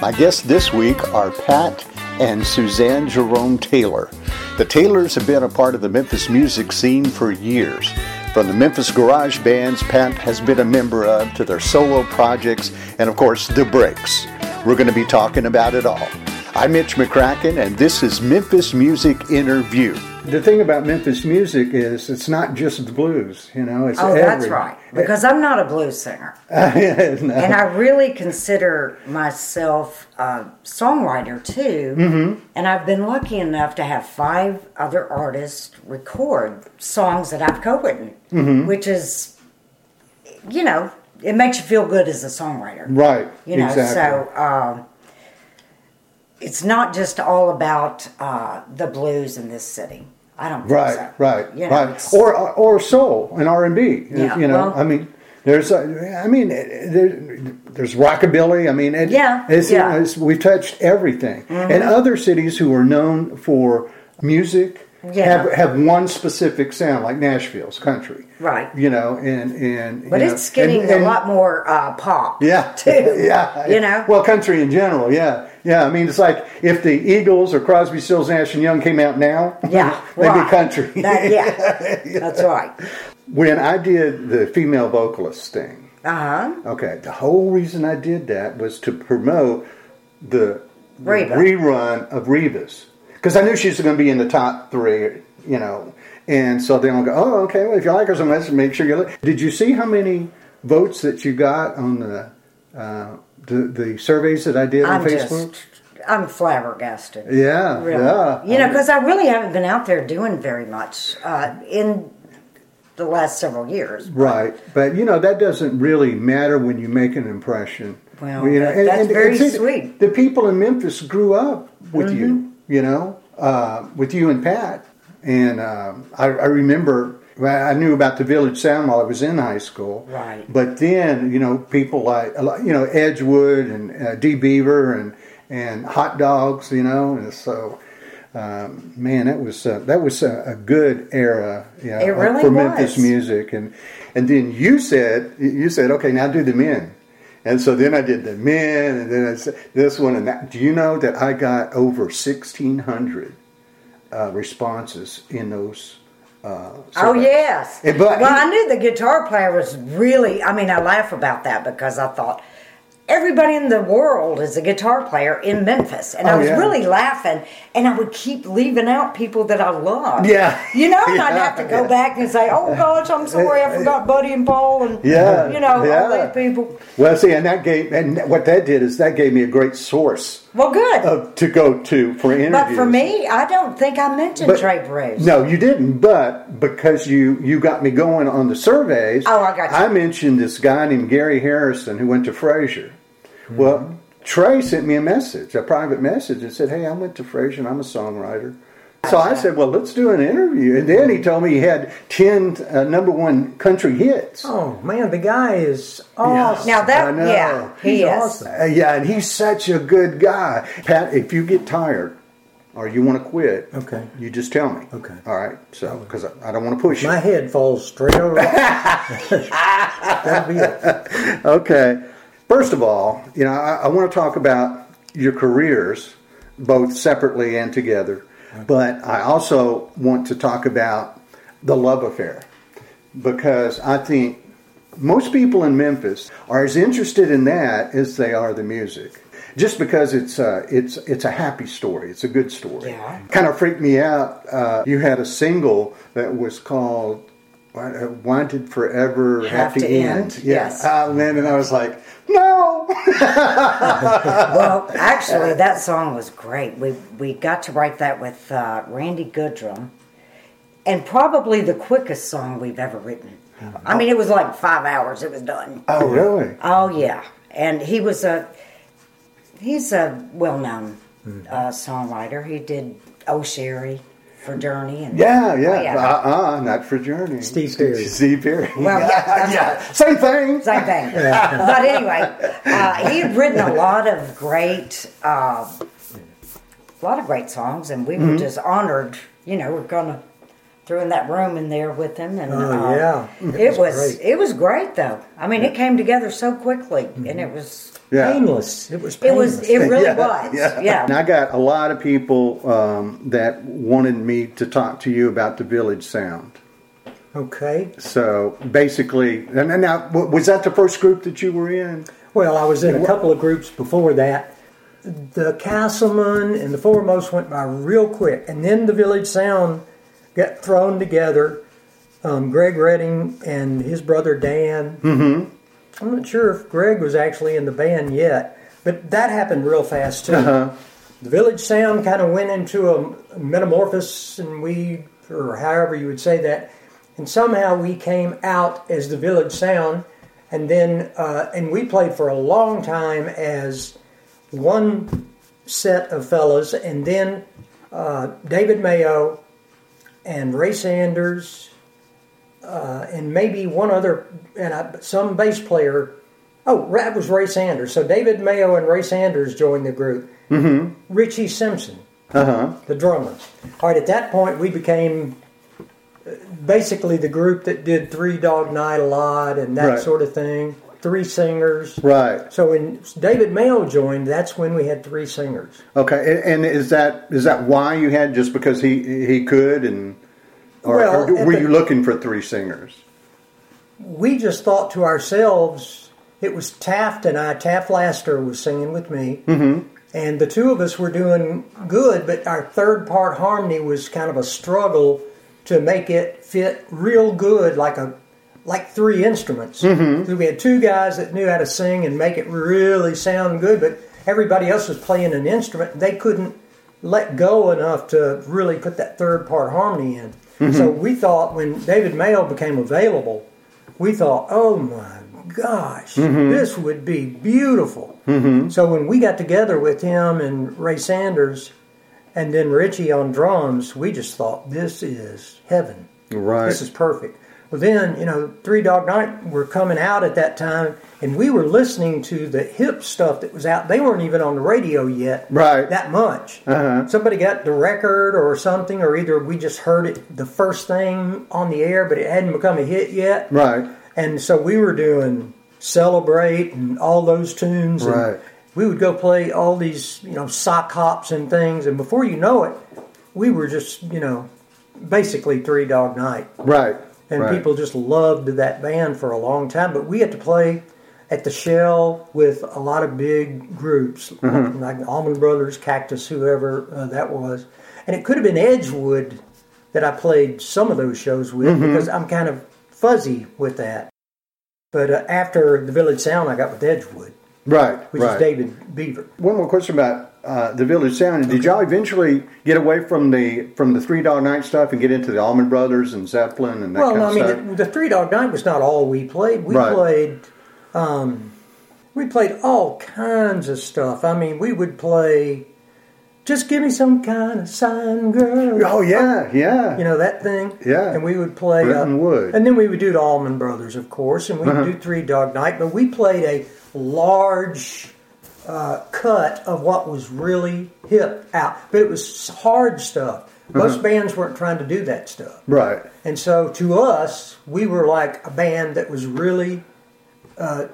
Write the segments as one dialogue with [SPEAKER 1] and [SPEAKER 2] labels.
[SPEAKER 1] My guests this week are Pat and Suzanne Jerome Taylor. The Taylors have been a part of the Memphis music scene for years. From the Memphis garage bands Pat has been a member of to their solo projects and, of course, the Breaks. We're going to be talking about it all. I'm Mitch McCracken, and this is Memphis Music Interview.
[SPEAKER 2] The thing about Memphis music is it's not just the blues, you know. It's
[SPEAKER 3] Oh, that's
[SPEAKER 2] every- Uh-huh.
[SPEAKER 3] right. Because I'm not a blues singer,
[SPEAKER 2] No.
[SPEAKER 3] and I really consider myself a songwriter too. Mm-hmm. And I've been lucky enough to have five other artists record songs that I've co-written,
[SPEAKER 2] Mm-hmm.
[SPEAKER 3] which is, you know, it makes you feel good as a songwriter.
[SPEAKER 2] Right.
[SPEAKER 3] You know,
[SPEAKER 2] exactly.
[SPEAKER 3] so um, it's not just all about uh, the blues in this city. I don't think
[SPEAKER 2] Right,
[SPEAKER 3] so.
[SPEAKER 2] right,
[SPEAKER 3] You know,
[SPEAKER 2] right.
[SPEAKER 3] it's-
[SPEAKER 2] Or or soul and R and B.
[SPEAKER 3] Yeah,
[SPEAKER 2] You know,
[SPEAKER 3] well-
[SPEAKER 2] I mean, there's, a, I mean, eh, there, there's rockabilly. I mean, it,
[SPEAKER 3] Yeah,
[SPEAKER 2] it's,
[SPEAKER 3] yeah. Mm-hmm.
[SPEAKER 2] it's- we've touched everything. And other cities who are known for music
[SPEAKER 3] Yeah.
[SPEAKER 2] have have one specific sound, like Nashville's country.
[SPEAKER 3] Right.
[SPEAKER 2] You know, and and
[SPEAKER 3] But
[SPEAKER 2] you know,
[SPEAKER 3] it's getting
[SPEAKER 2] and-
[SPEAKER 3] a
[SPEAKER 2] and-
[SPEAKER 3] lot more uh, pop.
[SPEAKER 2] Yeah.
[SPEAKER 3] Too.
[SPEAKER 2] yeah.
[SPEAKER 3] You know?
[SPEAKER 2] Well, country in general. Yeah. Yeah. I mean, it's like if the Eagles or Crosby, Stills, Nash and Young came out now.
[SPEAKER 3] yeah.
[SPEAKER 2] they'd
[SPEAKER 3] right.
[SPEAKER 2] be country.
[SPEAKER 3] That- yeah. That's right.
[SPEAKER 2] when I did the female vocalist thing,
[SPEAKER 3] Uh huh.
[SPEAKER 2] okay, the whole reason I did that was to promote the, the
[SPEAKER 3] Reba.
[SPEAKER 2] rerun of Reva's because I knew she was going to be in the top three, you know. And so then I'll go, oh, okay, well, if you like her so much, make sure you look. Did you see how many votes that you got on the uh, the, the surveys that I did
[SPEAKER 3] I'm
[SPEAKER 2] on Facebook?
[SPEAKER 3] just, I'm flabbergasted.
[SPEAKER 2] yeah,
[SPEAKER 3] Really.
[SPEAKER 2] yeah.
[SPEAKER 3] You know, because I really haven't been out there doing very much uh, in the last several years.
[SPEAKER 2] Right, but you know that doesn't really matter when you make an impression.
[SPEAKER 3] Well,
[SPEAKER 2] you know,
[SPEAKER 3] that- that's very
[SPEAKER 2] see,
[SPEAKER 3] sweet. Mm-hmm.
[SPEAKER 2] The people in Memphis grew up with you, you know, uh, with you and Pat, and um, I, I remember well, I knew about the Village Sound while I was in high school.
[SPEAKER 3] Right.
[SPEAKER 2] but then you know people like a lot- you know Edgewood and uh, D Beaver and and hot dogs, you know, and so. Um, man, that was uh, that was a, a good era, you know,
[SPEAKER 3] It really
[SPEAKER 2] for Memphis
[SPEAKER 3] was.
[SPEAKER 2] music music and and then you said you said okay now do the men and so then i did the men and then I said, this one and that do you know that i got over 1600 uh, responses in those uh,
[SPEAKER 3] Oh
[SPEAKER 2] surveys?
[SPEAKER 3] yes.
[SPEAKER 2] Eh, but-
[SPEAKER 3] well, I knew the guitar player was really. I mean, I laugh about that because I thought everybody in the world is a guitar player in Memphis, and
[SPEAKER 2] Oh,
[SPEAKER 3] I was
[SPEAKER 2] yeah.
[SPEAKER 3] really laughing, and I would keep leaving out people that I love.
[SPEAKER 2] Yeah.
[SPEAKER 3] you know, and I'd
[SPEAKER 2] Yeah,
[SPEAKER 3] have to go
[SPEAKER 2] yeah.
[SPEAKER 3] back and say, "Oh gosh, I'm sorry, I forgot Buddy and Paul," and
[SPEAKER 2] Yeah,
[SPEAKER 3] you know,
[SPEAKER 2] yeah.
[SPEAKER 3] all these people.
[SPEAKER 2] well see and that gave and what that did is that gave me a great source
[SPEAKER 3] Well, good.
[SPEAKER 2] of, to go to for interviews
[SPEAKER 3] but for me, I don't think I mentioned
[SPEAKER 2] But-
[SPEAKER 3] Trey Bruce.
[SPEAKER 2] No, you didn't. But because you you got me going on the surveys.
[SPEAKER 3] Oh, I got you.
[SPEAKER 2] I mentioned this guy named Gary Harrison who went to Frazier.
[SPEAKER 4] Hmm.
[SPEAKER 2] Well, Trey sent me a message, a private message, and said, "Hey, I went to Frazier and I'm a songwriter." So I said, "Well, let's do an interview." And then he told me he had ten uh, number one country hits.
[SPEAKER 4] Oh man, the guy is awesome.
[SPEAKER 3] Now
[SPEAKER 2] I
[SPEAKER 3] that,
[SPEAKER 2] know.
[SPEAKER 3] yeah, he
[SPEAKER 4] He's
[SPEAKER 3] is.
[SPEAKER 4] awesome.
[SPEAKER 2] Uh, yeah, and he's such a good guy. Pat, if you get tired or you want to quit,
[SPEAKER 4] Okay.
[SPEAKER 2] you just tell me.
[SPEAKER 4] Okay.
[SPEAKER 2] all right. So because I, I don't want to push you.
[SPEAKER 4] My head falls straight over. That'd be it.
[SPEAKER 2] Okay. First of all, you know, I, I want to talk about your careers, both separately and together. But I also want to talk about the love affair because I think most people in Memphis are as interested in that as they are the music. Just because it's a, it's it's a happy story, it's a good story.
[SPEAKER 3] Yeah.
[SPEAKER 2] Kind of freaked me out. Uh, you had a single that was called uh, "Wanted Forever, Have, to, End." Yeah.
[SPEAKER 3] yes.
[SPEAKER 2] Oh man, and I was like, no.
[SPEAKER 3] Well, actually, that song was great. We we got to write that with uh, Randy Goodrum, and probably the quickest song we've ever written. I mean, it was like five hours. It was done.
[SPEAKER 2] Oh really?
[SPEAKER 3] Oh yeah, and he was a he's a well known uh, songwriter. He did "Oh Sherry" for Journey, and
[SPEAKER 2] Yeah, yeah.
[SPEAKER 3] Oh, yeah.
[SPEAKER 2] Uh uh not for Journey.
[SPEAKER 4] Steve Perry.
[SPEAKER 2] Steve Perry.
[SPEAKER 3] Well, yeah,
[SPEAKER 2] yeah,
[SPEAKER 3] that's
[SPEAKER 2] yeah. Same thing.
[SPEAKER 3] Same thing. but anyway, uh, he had written a lot of great, uh, a lot of great songs, and we
[SPEAKER 2] Mm-hmm.
[SPEAKER 3] were just honored. You know, we're gonna threw in that room in there with him, and
[SPEAKER 4] Oh,
[SPEAKER 3] uh,
[SPEAKER 4] yeah.
[SPEAKER 3] it was
[SPEAKER 4] great.
[SPEAKER 3] it was great though. I mean, it came together so quickly, and it was
[SPEAKER 2] Yeah.
[SPEAKER 4] painless. It was
[SPEAKER 3] It
[SPEAKER 4] painless.
[SPEAKER 3] was. It really
[SPEAKER 2] Mm-hmm. Yeah,
[SPEAKER 3] was. Yeah.
[SPEAKER 2] And I got a lot of people um, that wanted me to talk to you about the Village Sound.
[SPEAKER 4] okay.
[SPEAKER 2] So basically, and and now w- was that the first group that you were in?
[SPEAKER 4] Well, I was in a couple of groups before that. The Castleman and the Foremost went by real quick, and then the Village Sound got thrown together. Um, Greg Redding and his brother Dan. Mm-hmm. I'm not sure if Greg was actually in the band yet, but that happened real fast too. The Village Sound kind of went into a metamorphosis, and we, or however you would say that, and somehow we came out as the Village Sound, and then uh, and we played for a long time as one set of fellas, and then uh, David Mayo and Ray Sanders, uh, and maybe one other, and I, some bass player. Oh, that was Ray Sanders. So David Mayo and Ray Sanders joined the group. Richie Simpson, the drummer. All right, at that point, we became uh, basically the group that did Three Dog Night a lot and that
[SPEAKER 2] Right.
[SPEAKER 4] sort of thing. Three singers.
[SPEAKER 2] Right.
[SPEAKER 4] So when David Mayo joined, that's when we had three singers.
[SPEAKER 2] Okay. And, and is that is that why you had just because he he could and or,
[SPEAKER 4] Well,
[SPEAKER 2] or
[SPEAKER 4] at
[SPEAKER 2] were
[SPEAKER 4] the-
[SPEAKER 2] you looking for three singers?
[SPEAKER 4] We just thought to ourselves, it was Taft and I, Taft Laster was singing with me. Mm-hmm. And the two of us were doing good, but our third part harmony was kind of a struggle to make it fit real good, like a like three instruments. So we had two guys that knew how to sing and make it really sound good, but everybody else was playing an instrument. They couldn't let go enough to really put that third part harmony in. So we thought when David Mayo became available, we thought, oh my gosh,
[SPEAKER 2] Mm-hmm.
[SPEAKER 4] this would be beautiful. So when we got together with him and Ray Sanders and then Richie on drums, we just thought, this is heaven.
[SPEAKER 2] Right.
[SPEAKER 4] This is perfect. Well, then, you know, Three Dog Night were coming out at that time, and we were listening to the hip stuff that was out. They weren't even on the radio yet.
[SPEAKER 2] Right. Uh-huh.
[SPEAKER 4] That much. Somebody got the record or something, or either we just heard it the first thing on the air, but it hadn't become a hit yet.
[SPEAKER 2] Right.
[SPEAKER 4] And so we were doing Celebrate and all those tunes. and
[SPEAKER 2] Right.
[SPEAKER 4] we would go play all these, you know, sock hops and things. And before you know it, we were just, you know, basically Three Dog Night.
[SPEAKER 2] Right.
[SPEAKER 4] And
[SPEAKER 2] right.
[SPEAKER 4] people just loved that band for a long time. But we had to play at the Shell with a lot of big groups,
[SPEAKER 2] Mm-hmm.
[SPEAKER 4] like the Allman Brothers, Cactus, whoever uh, that was. And it could have been Edgewood that I played some of those shows with
[SPEAKER 2] Mm-hmm.
[SPEAKER 4] because I'm kind of fuzzy with that. But uh, after the Village Sound, I got with Edgewood,
[SPEAKER 2] Right.
[SPEAKER 4] which
[SPEAKER 2] right.
[SPEAKER 4] is David Beaver.
[SPEAKER 2] One more question about uh, the Village Sound. Did y'all eventually get away from the from the Three Dog Night stuff and get into the Allman Brothers and Zeppelin and that
[SPEAKER 4] Well,
[SPEAKER 2] kind
[SPEAKER 4] no,
[SPEAKER 2] of
[SPEAKER 4] I mean,
[SPEAKER 2] stuff?
[SPEAKER 4] the, the Three Dog Night was not all we played. We
[SPEAKER 2] Right.
[SPEAKER 4] played, um, we played all kinds of stuff. I mean, we would play, just give me some kind of sign, girl.
[SPEAKER 2] oh yeah, yeah.
[SPEAKER 4] You know that thing,
[SPEAKER 2] Yeah.
[SPEAKER 4] And we would play uh,
[SPEAKER 2] Bretton Woods.
[SPEAKER 4] and then we would do the Allman Brothers, of course, and we'd
[SPEAKER 2] Uh-huh.
[SPEAKER 4] do Three Dog Night. But we played a large uh, cut of what was really hip out, but it was hard stuff.
[SPEAKER 2] Uh-huh.
[SPEAKER 4] Most bands weren't trying to do that stuff.
[SPEAKER 2] right.
[SPEAKER 4] And so to us, we were like a band that was really uh,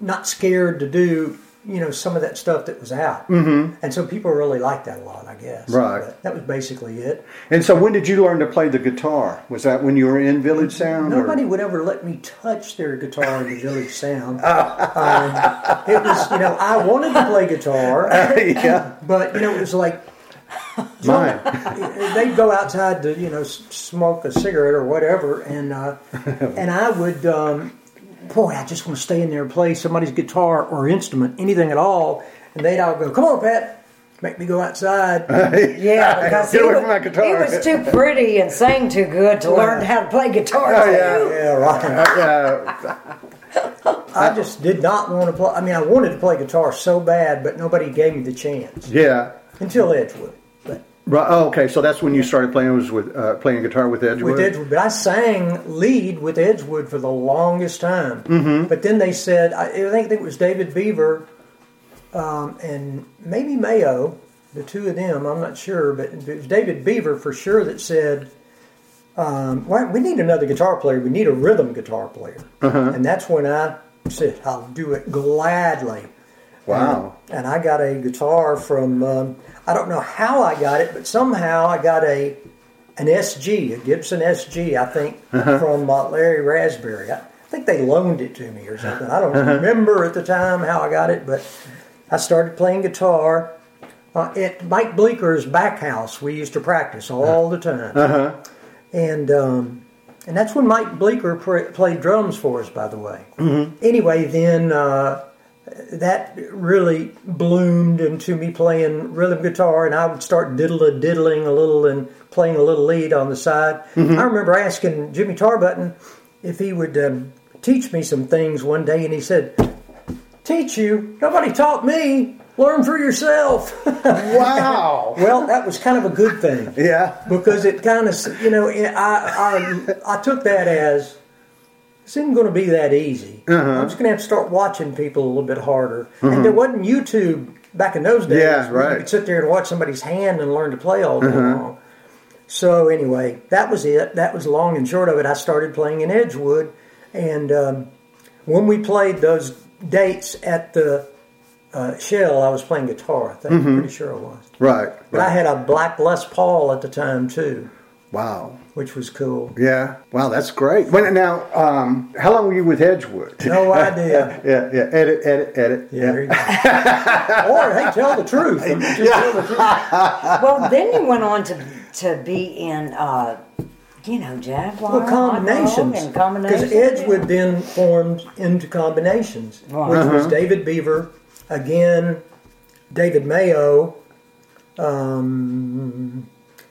[SPEAKER 4] not scared to do, you know, some of that stuff that was out. Mm-hmm. And so people really liked that a lot, I guess.
[SPEAKER 2] Right.
[SPEAKER 4] But that was basically it.
[SPEAKER 2] And so, when did you learn to play the guitar? Was that when you were in Village Sound? or-
[SPEAKER 4] Nobody would ever let me touch their guitar in the Village Sound.
[SPEAKER 2] Oh.
[SPEAKER 4] um, it was, you know, I wanted to play guitar,
[SPEAKER 2] yeah,
[SPEAKER 4] but, you know, it was like
[SPEAKER 2] mine.
[SPEAKER 4] they'd go outside to you know s- smoke a cigarette or whatever, and uh, and I would, um, boy, I just want to stay in there and play somebody's guitar or instrument, anything at all, and they'd all go, "Come on, Pat, make me go outside."
[SPEAKER 3] Yeah, because
[SPEAKER 2] Get
[SPEAKER 3] he,
[SPEAKER 2] away
[SPEAKER 3] was,
[SPEAKER 2] from my guitar.
[SPEAKER 3] he was too pretty and sang too good to learn how to play guitar.
[SPEAKER 2] Oh,
[SPEAKER 3] too.
[SPEAKER 2] yeah.
[SPEAKER 4] yeah, right.
[SPEAKER 2] Yeah,
[SPEAKER 4] I just did not want to play. I mean, I wanted to play guitar so bad, but nobody gave me the chance
[SPEAKER 2] yeah.
[SPEAKER 4] until Edgewood. But
[SPEAKER 2] Right. Oh, okay, so that's when you started playing was with uh, playing guitar with Edgewood.
[SPEAKER 4] with Edgewood. But I sang lead with Edgewood for the longest time. Mm-hmm. But then they said, I, I think it was David Beaver um, and maybe Mayo, the two of them, I'm not sure, but it was David Beaver for sure that said, um, well, we need another guitar player. We need a rhythm guitar player. And that's when I said, I'll do it gladly.
[SPEAKER 2] Wow.
[SPEAKER 4] and I got a guitar from um, I don't know how I got it, but somehow I got a an SG, a Gibson SG, I think, from uh, Larry Raspberry. I think they loaned it to me or something. I don't remember at the time how I got it, but I started playing guitar uh, at Mike Bleeker's back house. We used to practice all the time, and. Um, and that's when Mike Bleeker pr- played drums for us, by the way. Anyway, then uh, that really bloomed into me playing rhythm guitar, and I would start diddling, diddling a little and playing a little lead on the side. I remember asking Jimmy Tarbutton if he would um, teach me some things one day, and he said, "Teach you? Nobody taught me. Learn for yourself."
[SPEAKER 2] Wow.
[SPEAKER 4] well, that was kind of a good thing
[SPEAKER 2] yeah.
[SPEAKER 4] because it kind of you know I I, I took that as this isn't going to be that easy.
[SPEAKER 2] Uh-huh.
[SPEAKER 4] I'm just going to have to start watching people a little bit harder. And there wasn't YouTube back in those days.
[SPEAKER 2] Yeah,
[SPEAKER 4] where
[SPEAKER 2] right. Uh-huh.
[SPEAKER 4] You could sit there and watch somebody's hand and learn to play all day long. So anyway, that was it. That was long and short of it. I started playing in Edgewood, and um, when we played those dates at the uh, Shell, I was playing guitar. I think
[SPEAKER 2] Mm-hmm.
[SPEAKER 4] I'm pretty sure I was.
[SPEAKER 2] Right.
[SPEAKER 4] But I
[SPEAKER 2] right.
[SPEAKER 4] had a black Les Paul at the time too,
[SPEAKER 2] Wow.
[SPEAKER 4] which was cool.
[SPEAKER 2] Yeah. Wow, that's great. Well, now, um, how long were you with Edgewood?
[SPEAKER 4] No idea.
[SPEAKER 2] Yeah, yeah. Edit, edit, edit.
[SPEAKER 4] Oh, Yeah. there you go. or hey, tell the truth. I mean, just tell the truth.
[SPEAKER 3] well, then you went on to to be in, uh, you know, Jaguar.
[SPEAKER 4] Well, combinations.
[SPEAKER 3] Hot Dog, and combinations.
[SPEAKER 4] Because Edgewood then formed into combinations,
[SPEAKER 3] Right.
[SPEAKER 4] which was David Beaver, again, David Mayo, um,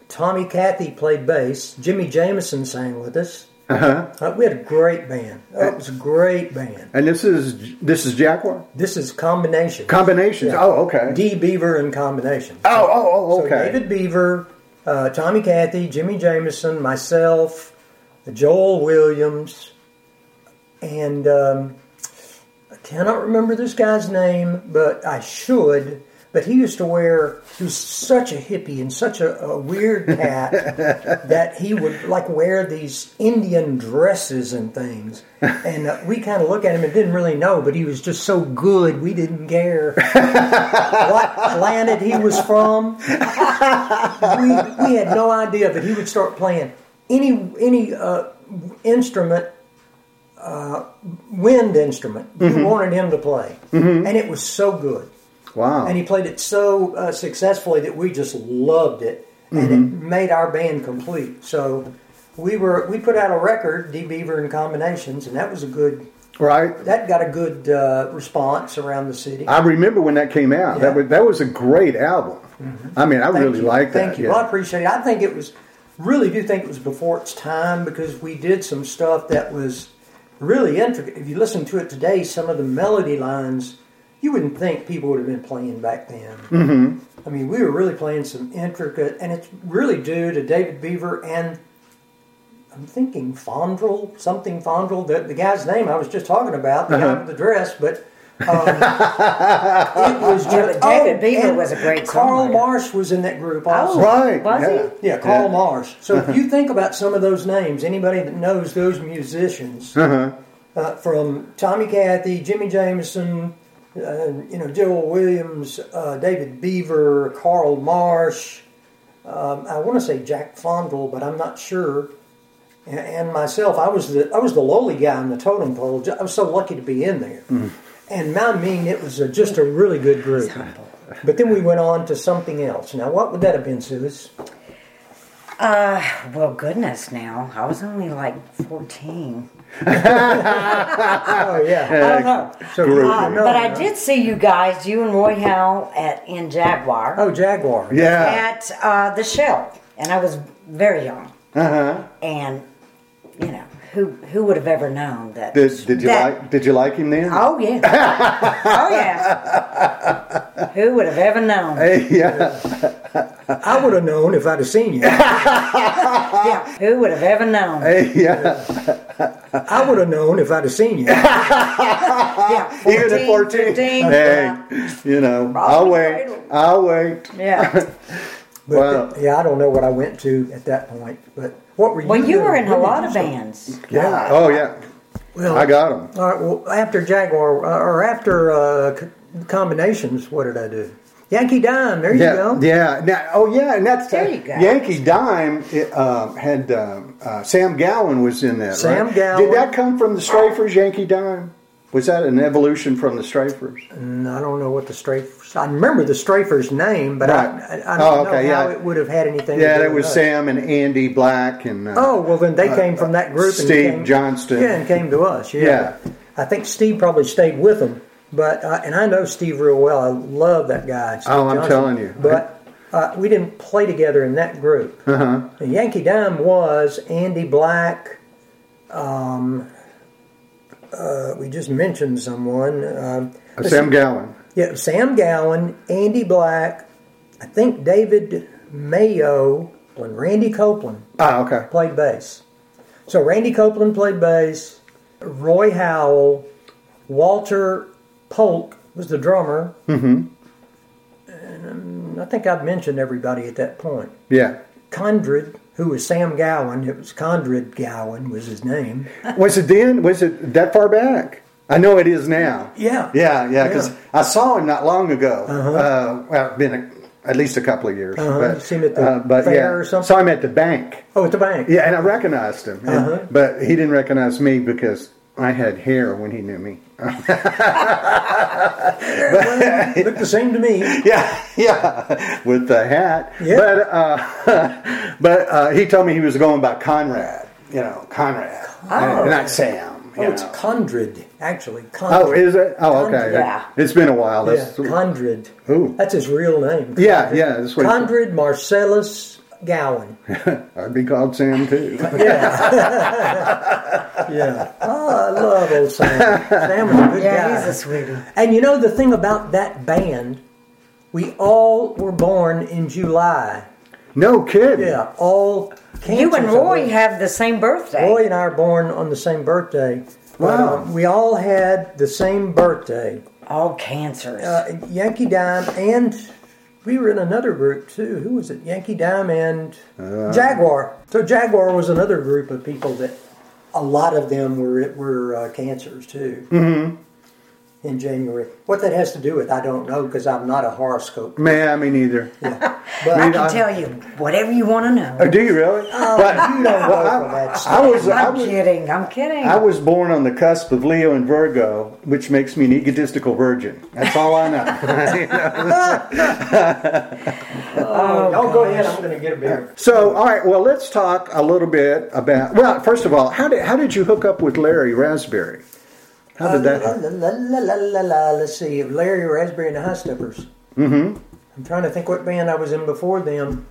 [SPEAKER 4] Tommy Cathy played bass, Jimmy Jameson sang with us. Uh, we had a great band. Oh, it was a great band.
[SPEAKER 2] And this is this is Jaguar
[SPEAKER 4] This is combination.
[SPEAKER 2] combinations.
[SPEAKER 4] Yeah.
[SPEAKER 2] Oh, okay.
[SPEAKER 4] D. Beaver in combination.
[SPEAKER 2] oh, oh, oh,
[SPEAKER 4] So
[SPEAKER 2] okay.
[SPEAKER 4] David Beaver, uh, Tommy Cathy, Jimmy Jameson, myself, Joel Williams, and um, I cannot remember this guy's name, but I should. But he used to wear, he was such a hippie and such a, a weird cat that he would like wear these Indian dresses and things. And uh, we kind of look at him and didn't really know, but he was just so good, we didn't care what planet he was from. We, we had no idea, but he would start playing any any uh, instrument, uh, wind instrument you wanted him to play, and it was so good.
[SPEAKER 2] wow.
[SPEAKER 4] And he played it so uh, successfully that we just loved it, and it made our band complete. So we were we put out a record, D Beaver and Combinations, and that was a good.
[SPEAKER 2] right.
[SPEAKER 4] That got a good uh, response around the city.
[SPEAKER 2] I remember when that came out. That
[SPEAKER 4] Yeah. Mm-hmm.
[SPEAKER 2] was that was a great album. I mean, I
[SPEAKER 4] Thank
[SPEAKER 2] really
[SPEAKER 4] you.
[SPEAKER 2] like that.
[SPEAKER 4] Thank you.
[SPEAKER 2] yeah.
[SPEAKER 4] Well, I appreciate it. I think it was really do think it was before its time because we did some stuff that was really intricate. If you listen to it today, some of the melody lines you wouldn't think people would have been playing back then.
[SPEAKER 2] Mm-hmm.
[SPEAKER 4] I mean, we were really playing some intricate, and it's really due to David Beaver and I'm thinking Fondrel, something Fondrel, the, the guy's name I was just talking about, the
[SPEAKER 2] Uh-huh.
[SPEAKER 4] guy with the dress, but. Um, it was
[SPEAKER 3] Yeah,
[SPEAKER 4] just,
[SPEAKER 3] but David
[SPEAKER 4] oh,
[SPEAKER 3] Beaver
[SPEAKER 4] and
[SPEAKER 3] was a great
[SPEAKER 4] Carl
[SPEAKER 3] songwriter.
[SPEAKER 4] Marsh was in that group also.
[SPEAKER 3] Oh,
[SPEAKER 2] Right.
[SPEAKER 3] Was
[SPEAKER 2] yeah.
[SPEAKER 3] he?
[SPEAKER 4] Yeah, Carl Marsh. So if you think about some of those names, anybody that knows those musicians, uh, from Tommy Cathy, Jimmy Jameson, uh, you know Joel Williams, uh, David Beaver, Carl Marsh, um, I want to say Jack Fondle, but I'm not sure. And, and myself, I was the I was the lowly guy on the totem pole. I was so lucky to be in there. And I mean, it was a, just a really good group. But then we went on to something else. Now, what would that have been, Suze?
[SPEAKER 3] Uh, Well, goodness, now I was only like fourteen.
[SPEAKER 4] Oh yeah.
[SPEAKER 3] I don't know.
[SPEAKER 4] So
[SPEAKER 3] Uh,
[SPEAKER 4] no,
[SPEAKER 3] but
[SPEAKER 4] no.
[SPEAKER 3] I did see you guys, you and Roy Howell, at in Jaguar
[SPEAKER 4] Oh, Jaguar.
[SPEAKER 2] Yeah.
[SPEAKER 3] at uh, the Shell, and I was very young. And you know who who would have ever known that?
[SPEAKER 2] Did, did you
[SPEAKER 3] that-
[SPEAKER 2] like Did you like him then?
[SPEAKER 3] Oh yeah. oh yeah. Who would have ever known?
[SPEAKER 2] yeah.
[SPEAKER 4] I would have known if I'd have seen you.
[SPEAKER 3] Yeah. Who would have ever known?
[SPEAKER 2] Uh, yeah.
[SPEAKER 4] I would have known if I'd have seen you.
[SPEAKER 3] Yeah.
[SPEAKER 2] Even at 14.
[SPEAKER 3] 15, yeah.
[SPEAKER 2] Hey, you know, I'll wait. I'll wait.
[SPEAKER 3] Yeah.
[SPEAKER 4] But
[SPEAKER 2] Wow.
[SPEAKER 4] th- yeah, I don't know what I went to at that point. But what were you?
[SPEAKER 3] Well, you
[SPEAKER 4] doing?
[SPEAKER 3] were in a
[SPEAKER 4] When did
[SPEAKER 3] lot
[SPEAKER 4] you
[SPEAKER 3] of
[SPEAKER 4] start?
[SPEAKER 3] bands.
[SPEAKER 2] Yeah. Oh, yeah.
[SPEAKER 4] Well,
[SPEAKER 2] I got him.
[SPEAKER 4] All right. Well, after Jaguar uh, or after uh, c- combinations. What did I do? Yankee Dime. There you
[SPEAKER 2] yeah,
[SPEAKER 4] go.
[SPEAKER 2] Yeah. Now, oh, yeah, and that's
[SPEAKER 3] There you go.
[SPEAKER 2] Yankee Dime it, um, had um, uh, Sam Gowen was in that.
[SPEAKER 4] Sam
[SPEAKER 2] right?
[SPEAKER 4] Gowen.
[SPEAKER 2] Did that come from the Strafers? Yankee Dime was that an evolution from the Strafers?
[SPEAKER 4] And Mm, I don't know what the Strafers. I remember the Strafer's name, but
[SPEAKER 2] Right.
[SPEAKER 4] I, I, I don't
[SPEAKER 2] Oh, okay,
[SPEAKER 4] know how
[SPEAKER 2] yeah.
[SPEAKER 4] it would have had anything.
[SPEAKER 2] Yeah,
[SPEAKER 4] to do
[SPEAKER 2] that
[SPEAKER 4] with
[SPEAKER 2] was
[SPEAKER 4] us.
[SPEAKER 2] Sam and Andy Black and uh,
[SPEAKER 4] Oh well, then they came from that group.
[SPEAKER 2] Steve
[SPEAKER 4] and came,
[SPEAKER 2] Johnston.
[SPEAKER 4] Yeah, and came to us. Yeah.
[SPEAKER 2] Yeah.
[SPEAKER 4] I think Steve probably stayed with them, but uh, and I know Steve real well. I love that guy. Steve
[SPEAKER 2] Oh, I'm
[SPEAKER 4] Johnston.
[SPEAKER 2] telling you.
[SPEAKER 4] But uh, we didn't play together in that group. Uh-huh. And Yankee Dime was Andy Black. Um, uh, we just mentioned someone. Um,
[SPEAKER 2] uh, Sam Gowen.
[SPEAKER 4] yeah, Sam Gowen, Andy Black, I think David Mayo, and Randy Copeland
[SPEAKER 2] Ah, okay.
[SPEAKER 4] played bass. So Randy Copeland played bass, Roy Howell, Walter Polk was the drummer. Mm-hmm. And um, I think I've mentioned everybody at that point.
[SPEAKER 2] Yeah.
[SPEAKER 4] Condrid, who was Sam Gowen, it was Condrid Gowen was his name.
[SPEAKER 2] Was it then? Was it that far back? I know it is now.
[SPEAKER 4] Yeah.
[SPEAKER 2] Yeah, yeah, because
[SPEAKER 4] Yeah.
[SPEAKER 2] I saw him not long ago. uh well, it's been a, at least a couple of years.
[SPEAKER 4] Uh-huh.
[SPEAKER 2] But, uh,
[SPEAKER 4] You seen him at the
[SPEAKER 2] but
[SPEAKER 4] fair
[SPEAKER 2] yeah,
[SPEAKER 4] or something?
[SPEAKER 2] Saw him at the bank.
[SPEAKER 4] Oh, at the bank.
[SPEAKER 2] Yeah, and I recognized him. and-
[SPEAKER 4] Uh-huh.
[SPEAKER 2] but he didn't recognize me because I had hair when he knew me.
[SPEAKER 4] Well, looked the same to me.
[SPEAKER 2] yeah, yeah, with the hat.
[SPEAKER 4] Yeah.
[SPEAKER 2] But uh, but uh, he told me he was going by Conrad. You know, Conrad,
[SPEAKER 3] Conrad.
[SPEAKER 2] not Sam. you
[SPEAKER 4] Oh, it's
[SPEAKER 2] know.
[SPEAKER 4] Condrid, actually. Condrid.
[SPEAKER 2] Oh, is it? Oh, okay.
[SPEAKER 4] Condrid.
[SPEAKER 3] Yeah.
[SPEAKER 2] It's been a while.
[SPEAKER 4] Yeah,
[SPEAKER 2] That's,
[SPEAKER 4] Condrid.
[SPEAKER 2] Ooh.
[SPEAKER 4] That's his real name.
[SPEAKER 2] Yeah, yeah, that's what-
[SPEAKER 4] Condrid Marcellus Gowan.
[SPEAKER 2] I'd be called Sam too.
[SPEAKER 4] Yeah. Oh, I love old Sam. Sam was a good guy.
[SPEAKER 3] Yeah, he's a sweetie.
[SPEAKER 4] And you know the thing about that band, we all were born in July.
[SPEAKER 2] no kidding.
[SPEAKER 4] Yeah, all
[SPEAKER 3] You and
[SPEAKER 4] cancers, I
[SPEAKER 3] Roy
[SPEAKER 4] believe.
[SPEAKER 3] have the same birthday.
[SPEAKER 4] Roy and I are born on the same birthday. But,
[SPEAKER 2] Wow.
[SPEAKER 4] um, we all had the same birthday.
[SPEAKER 3] All cancers.
[SPEAKER 4] Uh, Yankee Dime and we were in another group too. Who was it? Yankee Dime and
[SPEAKER 2] Uh,
[SPEAKER 4] Jaguar. So Jaguar was another group of people that a lot of them were were uh, cancers too. Mm-hmm. In January, what that has to do with, I don't know because I'm not a horoscope.
[SPEAKER 2] Man, me neither.
[SPEAKER 4] But
[SPEAKER 3] I can tell you whatever you want to know.
[SPEAKER 2] Oh, do you really? But-
[SPEAKER 4] you don't
[SPEAKER 2] well,
[SPEAKER 4] know
[SPEAKER 2] I-
[SPEAKER 4] from that stuff.
[SPEAKER 2] I was I
[SPEAKER 3] I'm
[SPEAKER 2] was
[SPEAKER 3] kidding. I'm kidding.
[SPEAKER 2] I was born on the cusp of Leo and Virgo, which makes me an egotistical virgin. That's all I know.
[SPEAKER 4] Oh, go ahead. I'm going to get a beer.
[SPEAKER 2] so, all right. Well, let's talk a little bit about. Well, first of all, how did how did you hook up with Larry Raspberry? How did that?
[SPEAKER 4] La,
[SPEAKER 2] happen?
[SPEAKER 4] la, Uh, la, la, la, la, la. Let's see. Larry Raspberry and the High Steppers. Mm-hmm. I'm trying to think what band I was in before them.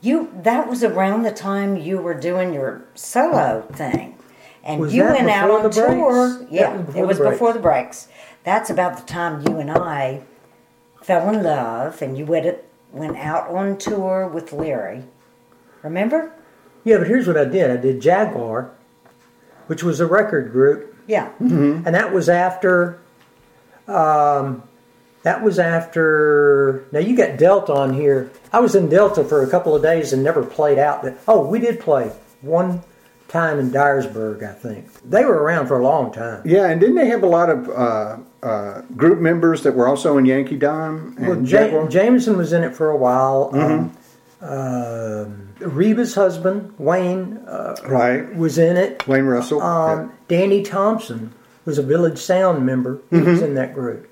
[SPEAKER 3] you that was around the time you were doing your solo thing, and
[SPEAKER 4] Was
[SPEAKER 3] you
[SPEAKER 4] that
[SPEAKER 3] went out
[SPEAKER 4] before
[SPEAKER 3] on
[SPEAKER 4] the breaks?
[SPEAKER 3] tour.
[SPEAKER 4] That
[SPEAKER 3] Yeah,
[SPEAKER 4] was before
[SPEAKER 3] it
[SPEAKER 4] the
[SPEAKER 3] was
[SPEAKER 4] breaks.
[SPEAKER 3] before the breaks. That's about the time you and I fell in love, and you went went out on tour with Larry. Remember?
[SPEAKER 4] Yeah, but here's what I did. I did Jaguar, which was a record group,
[SPEAKER 3] Yeah.
[SPEAKER 2] Mm-hmm.
[SPEAKER 4] and that was after. Um, that was after. Now you got Delta on here. I was in Delta for a couple of days and never played out. That oh, we did play one time in Dyersburg, I think. They were around for a long time.
[SPEAKER 2] Yeah, and didn't they have a lot of uh, uh, group members that were also in Yankee Dime? And
[SPEAKER 4] Well,
[SPEAKER 2] Jaguar? Mm-hmm.
[SPEAKER 4] ja- Jameson was in it for a while. Um, um, Reba's husband Wayne uh,
[SPEAKER 2] right.
[SPEAKER 4] was in it.
[SPEAKER 2] Wayne Russell.
[SPEAKER 4] Um, Danny Thompson was a Village Sound member. He was in that group.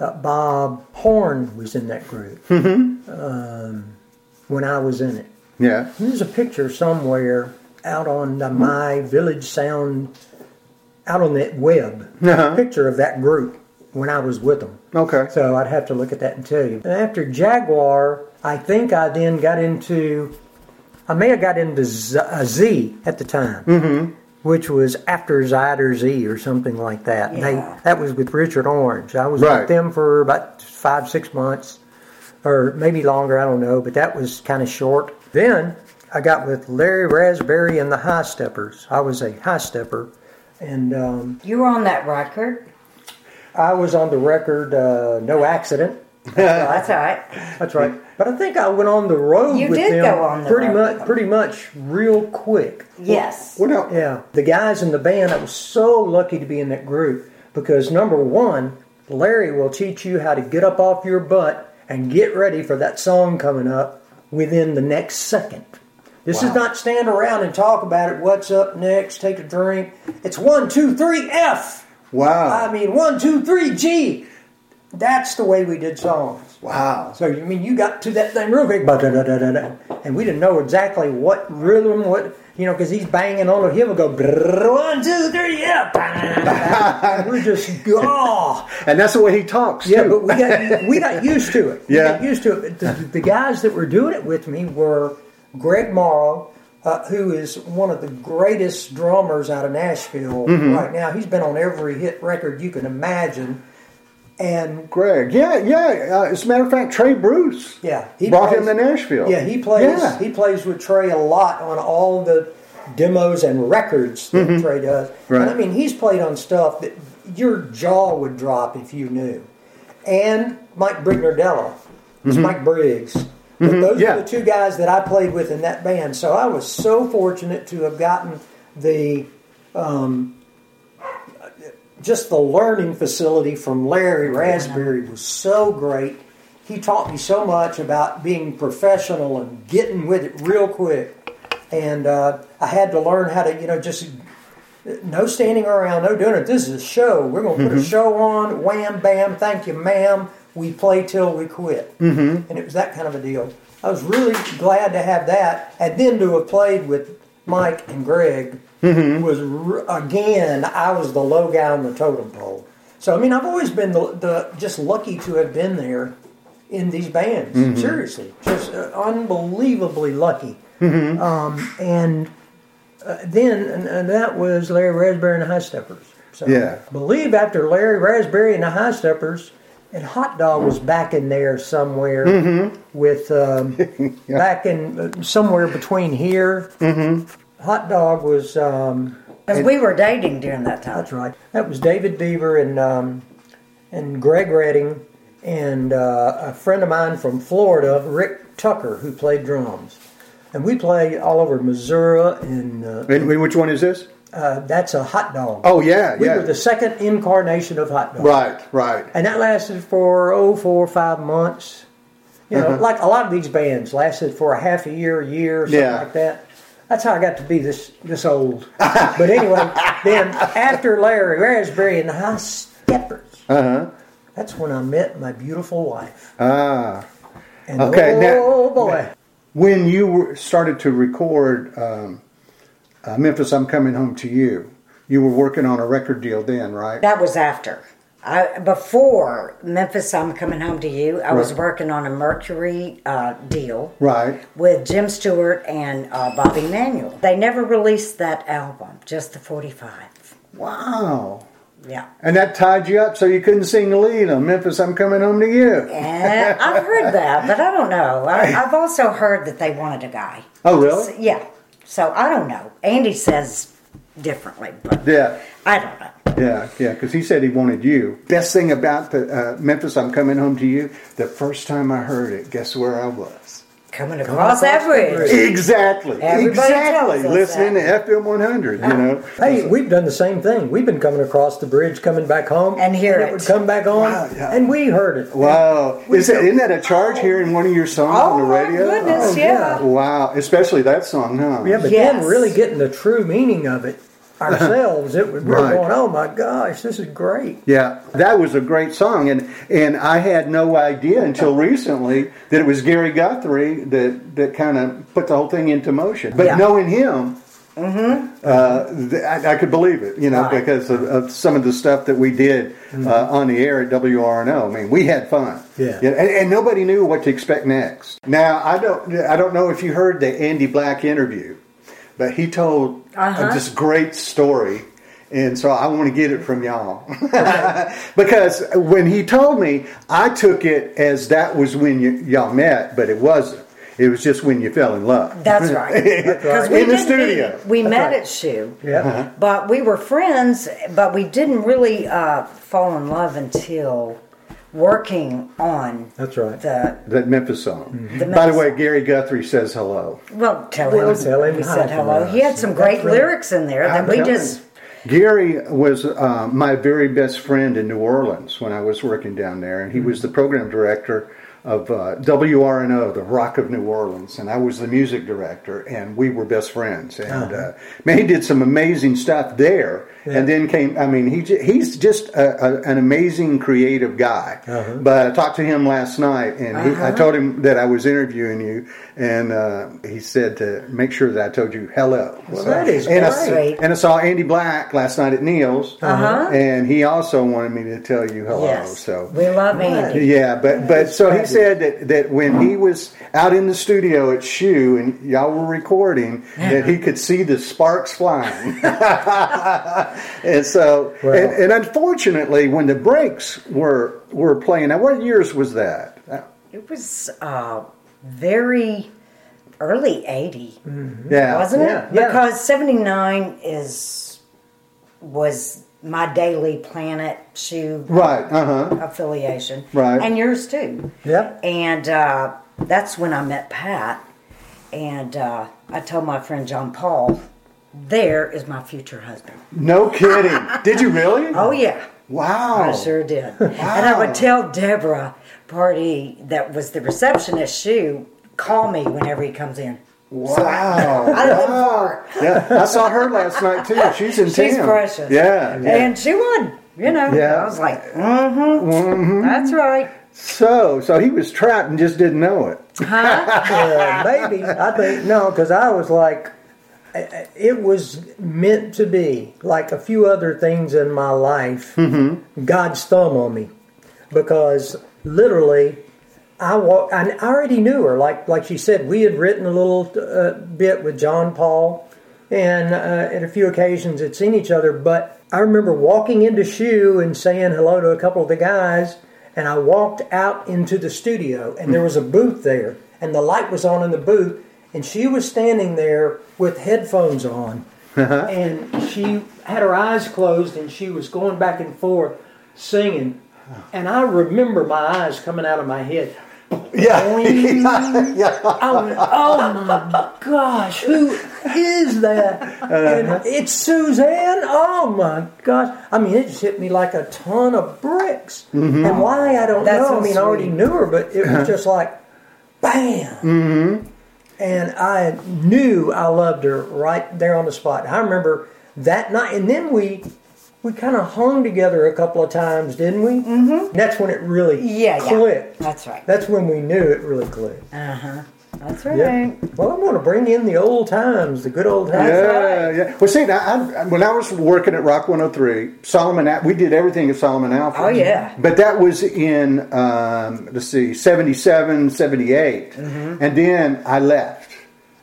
[SPEAKER 4] Uh, Bob Horn was in that group um, when I was in it.
[SPEAKER 2] yeah. yeah.
[SPEAKER 4] There's a picture somewhere out on the My Village Sound, out on that web,
[SPEAKER 2] Uh-huh.
[SPEAKER 4] picture of that group when I was with them.
[SPEAKER 2] Okay.
[SPEAKER 4] So I'd have to look at that and tell you. And after Jaguar, I think I then got into, I may have got into Z, uh, Z at the time, which was after Zyder Z or something like that.
[SPEAKER 3] Yeah.
[SPEAKER 4] They, that was with Richard Orange. I was
[SPEAKER 2] Right.
[SPEAKER 4] with them for about five, six months, or maybe longer, I don't know, but that was kind of short. Then I got with Larry Raspberry and the High Steppers. I was a high stepper. And um,
[SPEAKER 3] You were on that record.
[SPEAKER 4] I was on the record, uh, no accident.
[SPEAKER 3] Well, that's all right.
[SPEAKER 4] That's right. But I think I went on the road
[SPEAKER 3] You
[SPEAKER 4] with
[SPEAKER 3] did
[SPEAKER 4] them
[SPEAKER 3] go on the
[SPEAKER 4] pretty
[SPEAKER 3] road with
[SPEAKER 4] much, pretty much, real quick.
[SPEAKER 3] Yes.
[SPEAKER 2] Well, now,
[SPEAKER 4] Yeah, the guys in the band. I was so lucky to be in that group because number one, Larry will teach you how to get up off your butt and get ready for that song coming up within the next second. This is not stand around and talk about it. What's up next? Take a drink. It's one, two, three, F.
[SPEAKER 2] Wow.
[SPEAKER 4] I mean, one, two, three, G. That's the way we did songs.
[SPEAKER 2] wow.
[SPEAKER 4] So you mean you got to that thing real quick, ba-da-da-da-da-da, and we didn't know exactly what rhythm, what you know, because he's banging on it. He would go brrr, one, two, three, yeah. And we're just oh
[SPEAKER 2] And that's the way he talks.
[SPEAKER 4] yeah,
[SPEAKER 2] too.
[SPEAKER 4] but we got we got used to it. We
[SPEAKER 2] Yeah.
[SPEAKER 4] got used to it. But The, the guys that were doing it with me were Greg Morrow, uh, who is one of the greatest drummers out of Nashville right now. He's been on every hit record you can imagine, and
[SPEAKER 2] Greg. Yeah, yeah. Uh, as a matter of fact, Trey Bruce.
[SPEAKER 4] Yeah,
[SPEAKER 2] brought him to Nashville.
[SPEAKER 4] Yeah, he plays.
[SPEAKER 2] Yeah.
[SPEAKER 4] He plays with Trey a lot on all the demos and records that Trey does.
[SPEAKER 2] Mm-hmm. Right.
[SPEAKER 4] And I mean, he's played on stuff that your jaw would drop if you knew. And Mike Brignadello,
[SPEAKER 2] Mm-hmm.
[SPEAKER 4] it's Mike Briggs. But Those
[SPEAKER 2] yeah.
[SPEAKER 4] are the two guys that I played with in that band. So I was so fortunate to have gotten the um, just the learning facility from Larry Raspberry was so great. He taught me so much about being professional and getting with it real quick. And uh, I had to learn how to, you know, just no standing around, no doing it. This is a show. We're going to put a show on. Wham, bam, thank you, ma'am. We play till we quit. Mm-hmm. And it was that kind of a deal. I was really glad to have that. And then to have played with Mike and Greg was, r- again, I was the low guy on the totem pole. So, I mean, I've always been the, the just lucky to have been there in these bands. Seriously. Just uh, unbelievably lucky. Um, and uh, then and, and that was Larry Raspberry and the High Steppers. So
[SPEAKER 2] Yeah.
[SPEAKER 4] I believe after Larry Raspberry and the High Steppers, and Hot Dog was back in there somewhere with um, back in uh, somewhere between here. Hot Dog was um,
[SPEAKER 3] Because we were dating during that time.
[SPEAKER 4] that's right. That was David Beaver and um, and Greg Redding and uh, a friend of mine from Florida, Rick Tucker, who played drums. And we played all over Missouri and uh,
[SPEAKER 2] And we- which one is this?
[SPEAKER 4] uh, that's a hot dog.
[SPEAKER 2] Oh yeah,
[SPEAKER 4] we
[SPEAKER 2] yeah.
[SPEAKER 4] were the second incarnation of hot dog,
[SPEAKER 2] right, right.
[SPEAKER 4] and that lasted for oh four or five months. You
[SPEAKER 2] Mm-hmm.
[SPEAKER 4] know, like a lot of these bands lasted for a half a year, a year, something
[SPEAKER 2] Yeah.
[SPEAKER 4] like that. That's how I got to be this this old. but anyway, then after Larry Raspberry and the High Steppers,
[SPEAKER 2] Uh-huh.
[SPEAKER 4] that's when I met my beautiful wife.
[SPEAKER 2] Ah,
[SPEAKER 4] And
[SPEAKER 2] Okay, now-
[SPEAKER 4] oh boy,
[SPEAKER 2] when you were, started to record um, uh, Memphis, I'm coming home to you. You were working on a record deal then, right?
[SPEAKER 3] That was after. I, before Memphis, I'm coming home to you. I was
[SPEAKER 2] Right.
[SPEAKER 3] working on a Mercury uh, deal
[SPEAKER 2] Right.
[SPEAKER 3] with Jim Stewart and uh, Bobby Manuel. They never released that album, just the 45.
[SPEAKER 2] Wow.
[SPEAKER 3] Yeah.
[SPEAKER 2] And that tied you up, so you couldn't sing the lead on Memphis, I'm coming home to you.
[SPEAKER 3] Eh, I've heard that, but I don't know. I, I've also heard that they wanted a guy.
[SPEAKER 2] Oh, really?
[SPEAKER 3] Yeah. So I don't know. Andy says differently, but
[SPEAKER 2] Yeah,
[SPEAKER 3] I don't know.
[SPEAKER 2] yeah, yeah. Because he said he wanted you. Best thing about the uh, Memphis, I'm coming home to you. The first time I heard it, guess where I was?
[SPEAKER 3] Coming across
[SPEAKER 4] across
[SPEAKER 3] that
[SPEAKER 4] the
[SPEAKER 3] bridge.
[SPEAKER 4] bridge.
[SPEAKER 2] Exactly.
[SPEAKER 3] Everybody
[SPEAKER 2] exactly.
[SPEAKER 3] tells us Ah.
[SPEAKER 2] Listening to FM 100, you know.
[SPEAKER 4] Hey, we've done the same thing. We've been coming across the bridge, coming back home,
[SPEAKER 3] And hear
[SPEAKER 4] it.
[SPEAKER 3] it.
[SPEAKER 4] would come back on,
[SPEAKER 2] Wow, yeah.
[SPEAKER 4] and we heard it.
[SPEAKER 2] Wow. Is that, isn't that a charge here in one of your songs
[SPEAKER 3] Oh,
[SPEAKER 2] on the
[SPEAKER 3] my
[SPEAKER 2] radio?
[SPEAKER 3] goodness,
[SPEAKER 2] Oh,
[SPEAKER 3] yeah.
[SPEAKER 2] Wow. Especially that song, huh?
[SPEAKER 4] Yeah, but
[SPEAKER 3] Yes.
[SPEAKER 4] then really getting the true meaning of it ourselves, it was we were
[SPEAKER 2] Right.
[SPEAKER 4] going, oh my gosh, this is great.
[SPEAKER 2] Yeah, that was a great song, and, and I had no idea until recently that it was Gary Guthrie that, that kind of put the whole thing into motion. But
[SPEAKER 3] Yeah. Mm-hmm.
[SPEAKER 2] knowing him, uh, th- I, I could believe it, you know,
[SPEAKER 3] Right.
[SPEAKER 2] because of, of some of the stuff that we did uh, on the air at WRNO. I mean, we had fun.
[SPEAKER 4] Yeah.
[SPEAKER 2] and, and nobody knew what to expect next. Now, I don't, I don't know if you heard the Andy Black interview, but he told
[SPEAKER 3] Uh-huh.
[SPEAKER 2] this great story. And so I want to get it from y'all. because when he told me, I took it as that was when y- y'all met, but it wasn't. It was just when you fell in love.
[SPEAKER 3] That's right. Because
[SPEAKER 2] In the studio.
[SPEAKER 3] we met at Shoe,
[SPEAKER 4] Yeah.
[SPEAKER 3] but we were friends, but we didn't really uh, fall in love until working on
[SPEAKER 4] That's right.
[SPEAKER 3] the
[SPEAKER 2] That Memphis song. By
[SPEAKER 3] The
[SPEAKER 2] the
[SPEAKER 3] Memphis
[SPEAKER 2] way,
[SPEAKER 3] song.
[SPEAKER 2] Gary Guthrie says hello.
[SPEAKER 3] well, tell
[SPEAKER 4] Well,
[SPEAKER 3] him,
[SPEAKER 4] tell him
[SPEAKER 3] we
[SPEAKER 4] hi
[SPEAKER 3] said
[SPEAKER 4] from
[SPEAKER 3] hello.
[SPEAKER 4] us.
[SPEAKER 3] He had some great
[SPEAKER 4] That's right.
[SPEAKER 3] lyrics in there that
[SPEAKER 2] I'm
[SPEAKER 3] we
[SPEAKER 2] telling
[SPEAKER 3] just
[SPEAKER 2] you. Gary was uh, my very best friend in New Orleans when I was working down there, and he
[SPEAKER 3] Mm-hmm.
[SPEAKER 2] was the program director of uh, WRNO, the Rock of New Orleans, and I was the music director, and we were best friends. And
[SPEAKER 3] Uh-huh.
[SPEAKER 2] uh man, he did some amazing stuff there, and then came. I mean, he j- he's just a, a, an amazing creative guy.
[SPEAKER 3] Uh-huh.
[SPEAKER 2] But I talked to him last night, and he, I told him that I was interviewing you, and uh, he said to make sure that I told you hello. So-
[SPEAKER 4] that is
[SPEAKER 2] and I-
[SPEAKER 3] great.
[SPEAKER 2] and I saw Andy Black last night at Neil's,
[SPEAKER 3] Uh-huh.
[SPEAKER 2] and he also wanted me to tell you hello.
[SPEAKER 3] yes.
[SPEAKER 2] So
[SPEAKER 3] we love Andy.
[SPEAKER 2] yeah, but but so he said that, that when he was out in the studio at Shoe and y'all were recording, that he could see the sparks flying. and so
[SPEAKER 4] Wow.
[SPEAKER 2] and, and unfortunately, when the breaks were were playing, now what years was that? Uh,
[SPEAKER 3] It was uh, very early 80,
[SPEAKER 2] Yeah,
[SPEAKER 3] wasn't
[SPEAKER 4] Mm. Yeah,
[SPEAKER 3] it?
[SPEAKER 4] yeah.
[SPEAKER 3] Because 79 is was my daily Planet Shoe
[SPEAKER 2] Right. Uh huh.
[SPEAKER 3] affiliation.
[SPEAKER 2] Right.
[SPEAKER 3] And yours too.
[SPEAKER 4] Yep.
[SPEAKER 3] And uh, that's when I met Pat. And uh, I told my friend John Paul, there is my future husband.
[SPEAKER 2] No kidding. Did you really?
[SPEAKER 3] Oh, yeah.
[SPEAKER 2] Wow.
[SPEAKER 3] I sure did. And
[SPEAKER 2] Oh.
[SPEAKER 3] I
[SPEAKER 2] Wow.
[SPEAKER 3] would tell Deborah Party, that was the receptionist, Shoe, call me whenever he comes in.
[SPEAKER 2] Wow.
[SPEAKER 3] I live for her.
[SPEAKER 2] Yeah, I saw her last night too. She's in
[SPEAKER 3] She's
[SPEAKER 2] town.
[SPEAKER 3] precious.
[SPEAKER 2] Yeah.
[SPEAKER 3] And she won. You know,
[SPEAKER 2] Yeah.
[SPEAKER 3] I was like, mm-hmm, that's right.
[SPEAKER 2] So, so he was trapped and just didn't know it.
[SPEAKER 4] Yeah, Uh, maybe I think no, because I was like, I- I- it was meant to be. Like a few other things in my life, God's thumb on me, because literally, I walk. I already knew her. Like like she said, we had written a little uh, bit with John Paul, and uh, at a few occasions had seen each other. But I remember walking into Shoe and saying hello to a couple of the guys, and I walked out into the studio, and there was a booth there, and the light was on in the booth, and she was standing there with headphones on, and she had her eyes closed, and she was going back and forth singing, and I remember my eyes coming out of my head.
[SPEAKER 2] Yeah. yeah.
[SPEAKER 4] I went, oh my gosh, who is that? And it's Suzanne. Oh my gosh. I mean, it just hit me like a ton of bricks. And why, I don't
[SPEAKER 3] That's
[SPEAKER 4] know.
[SPEAKER 3] so
[SPEAKER 4] I mean, I already
[SPEAKER 3] sweet.
[SPEAKER 4] knew her, but it was just like, bam. Mm-hmm. And I knew I loved her right there on the spot. I remember that night. And then we. We kind of hung together a couple of times, didn't we? Mm-hmm. That's when it really
[SPEAKER 3] Yeah, yeah.
[SPEAKER 4] clicked.
[SPEAKER 3] That's right.
[SPEAKER 4] That's when we knew it really clicked.
[SPEAKER 3] That's right.
[SPEAKER 4] Well, I'm going to bring in the old times, the good old times.
[SPEAKER 2] Yeah, yeah. Well, see, now, I, when I was working at Rock 103, Solomon, Al- we did everything at Solomon Alpha.
[SPEAKER 3] Oh, yeah.
[SPEAKER 2] But that was in, um, let's see, 77, 78.
[SPEAKER 3] Mm-hmm.
[SPEAKER 2] And then I left.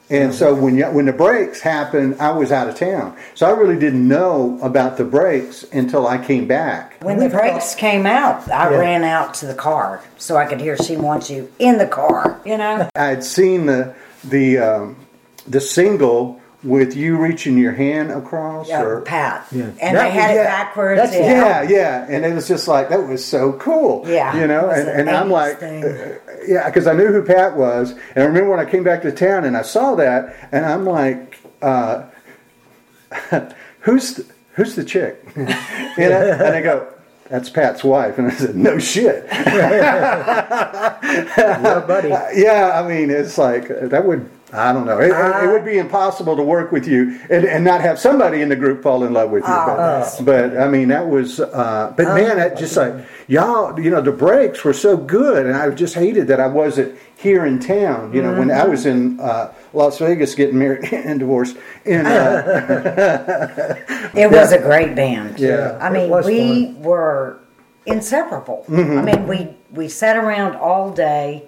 [SPEAKER 2] And so when you, when the breaks happened, I was out of town. So I really didn't know about the breaks until I came back.
[SPEAKER 3] When the brakes came out, I
[SPEAKER 4] Yeah.
[SPEAKER 3] ran out to the car so I could hear she wants you in the car, you know?
[SPEAKER 2] I had seen the the um, the single with you reaching your hand across.
[SPEAKER 3] Yeah,
[SPEAKER 2] or,
[SPEAKER 3] Pat.
[SPEAKER 4] Yeah.
[SPEAKER 3] And they
[SPEAKER 4] That was-
[SPEAKER 3] had
[SPEAKER 2] yeah,
[SPEAKER 3] it backwards.
[SPEAKER 4] that's-
[SPEAKER 3] yeah.
[SPEAKER 2] yeah, yeah, and it was just like that was so cool.
[SPEAKER 3] Yeah.
[SPEAKER 2] you know,
[SPEAKER 3] It was
[SPEAKER 2] and,
[SPEAKER 3] an
[SPEAKER 2] and I'm
[SPEAKER 3] 80s
[SPEAKER 2] like,
[SPEAKER 3] thing.
[SPEAKER 2] uh, yeah, because I knew who Pat was, and I remember when I came back to town and I saw that, and I'm like, uh, who's the, who's the chick? you know, and I go. That's Pat's wife, and I said, "No shit."
[SPEAKER 4] Yeah, buddy.
[SPEAKER 2] yeah, I mean, it's like that would I don't know. It, it- it would
[SPEAKER 3] Uh.
[SPEAKER 2] be impossible to work with you and, and not have somebody in the group fall in love with you.
[SPEAKER 3] Oh,
[SPEAKER 2] but, but, I mean, that was. Uh, but man, that just like y'all, you know, the breaks were so good, and I just hated that I wasn't here in town. You know, when I was in
[SPEAKER 3] Mm-hmm.
[SPEAKER 2] uh, Las Vegas getting married and divorced, and uh,
[SPEAKER 3] It was a great band.
[SPEAKER 2] Yeah.
[SPEAKER 3] I
[SPEAKER 4] It
[SPEAKER 3] mean,
[SPEAKER 4] was
[SPEAKER 3] we were inseparable. I mean, we we sat around all day.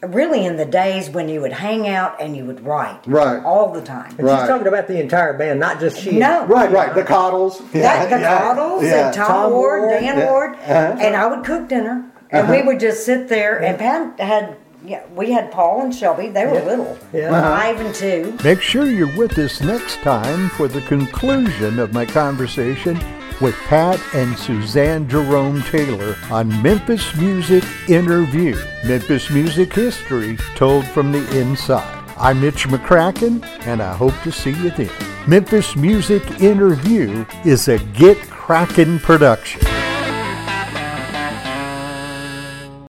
[SPEAKER 3] Really, in the days when you would hang out and you would write,
[SPEAKER 2] Right.
[SPEAKER 3] all the time.
[SPEAKER 2] Right.
[SPEAKER 4] She's talking about the entire band, not just she.
[SPEAKER 3] No,
[SPEAKER 2] right, right, the coddles,
[SPEAKER 3] that, the Coddles and Tom,
[SPEAKER 4] Tom
[SPEAKER 3] Ward,
[SPEAKER 4] Ward,
[SPEAKER 3] Dan
[SPEAKER 2] yeah.
[SPEAKER 3] Ward, and I would cook dinner, and we would just sit there. And Pat had, yeah, we had Paul and Shelby. They were little,
[SPEAKER 4] Yeah.
[SPEAKER 3] five and two.
[SPEAKER 1] Make sure you're with us next time for the conclusion of my conversation with Pat and Suzanne Jerome Taylor on Memphis Music Interview, Memphis Music History Told from the Inside.
[SPEAKER 2] I'm Mitch McCracken, and I hope to see you then. Memphis Music Interview is a Get Kraken production.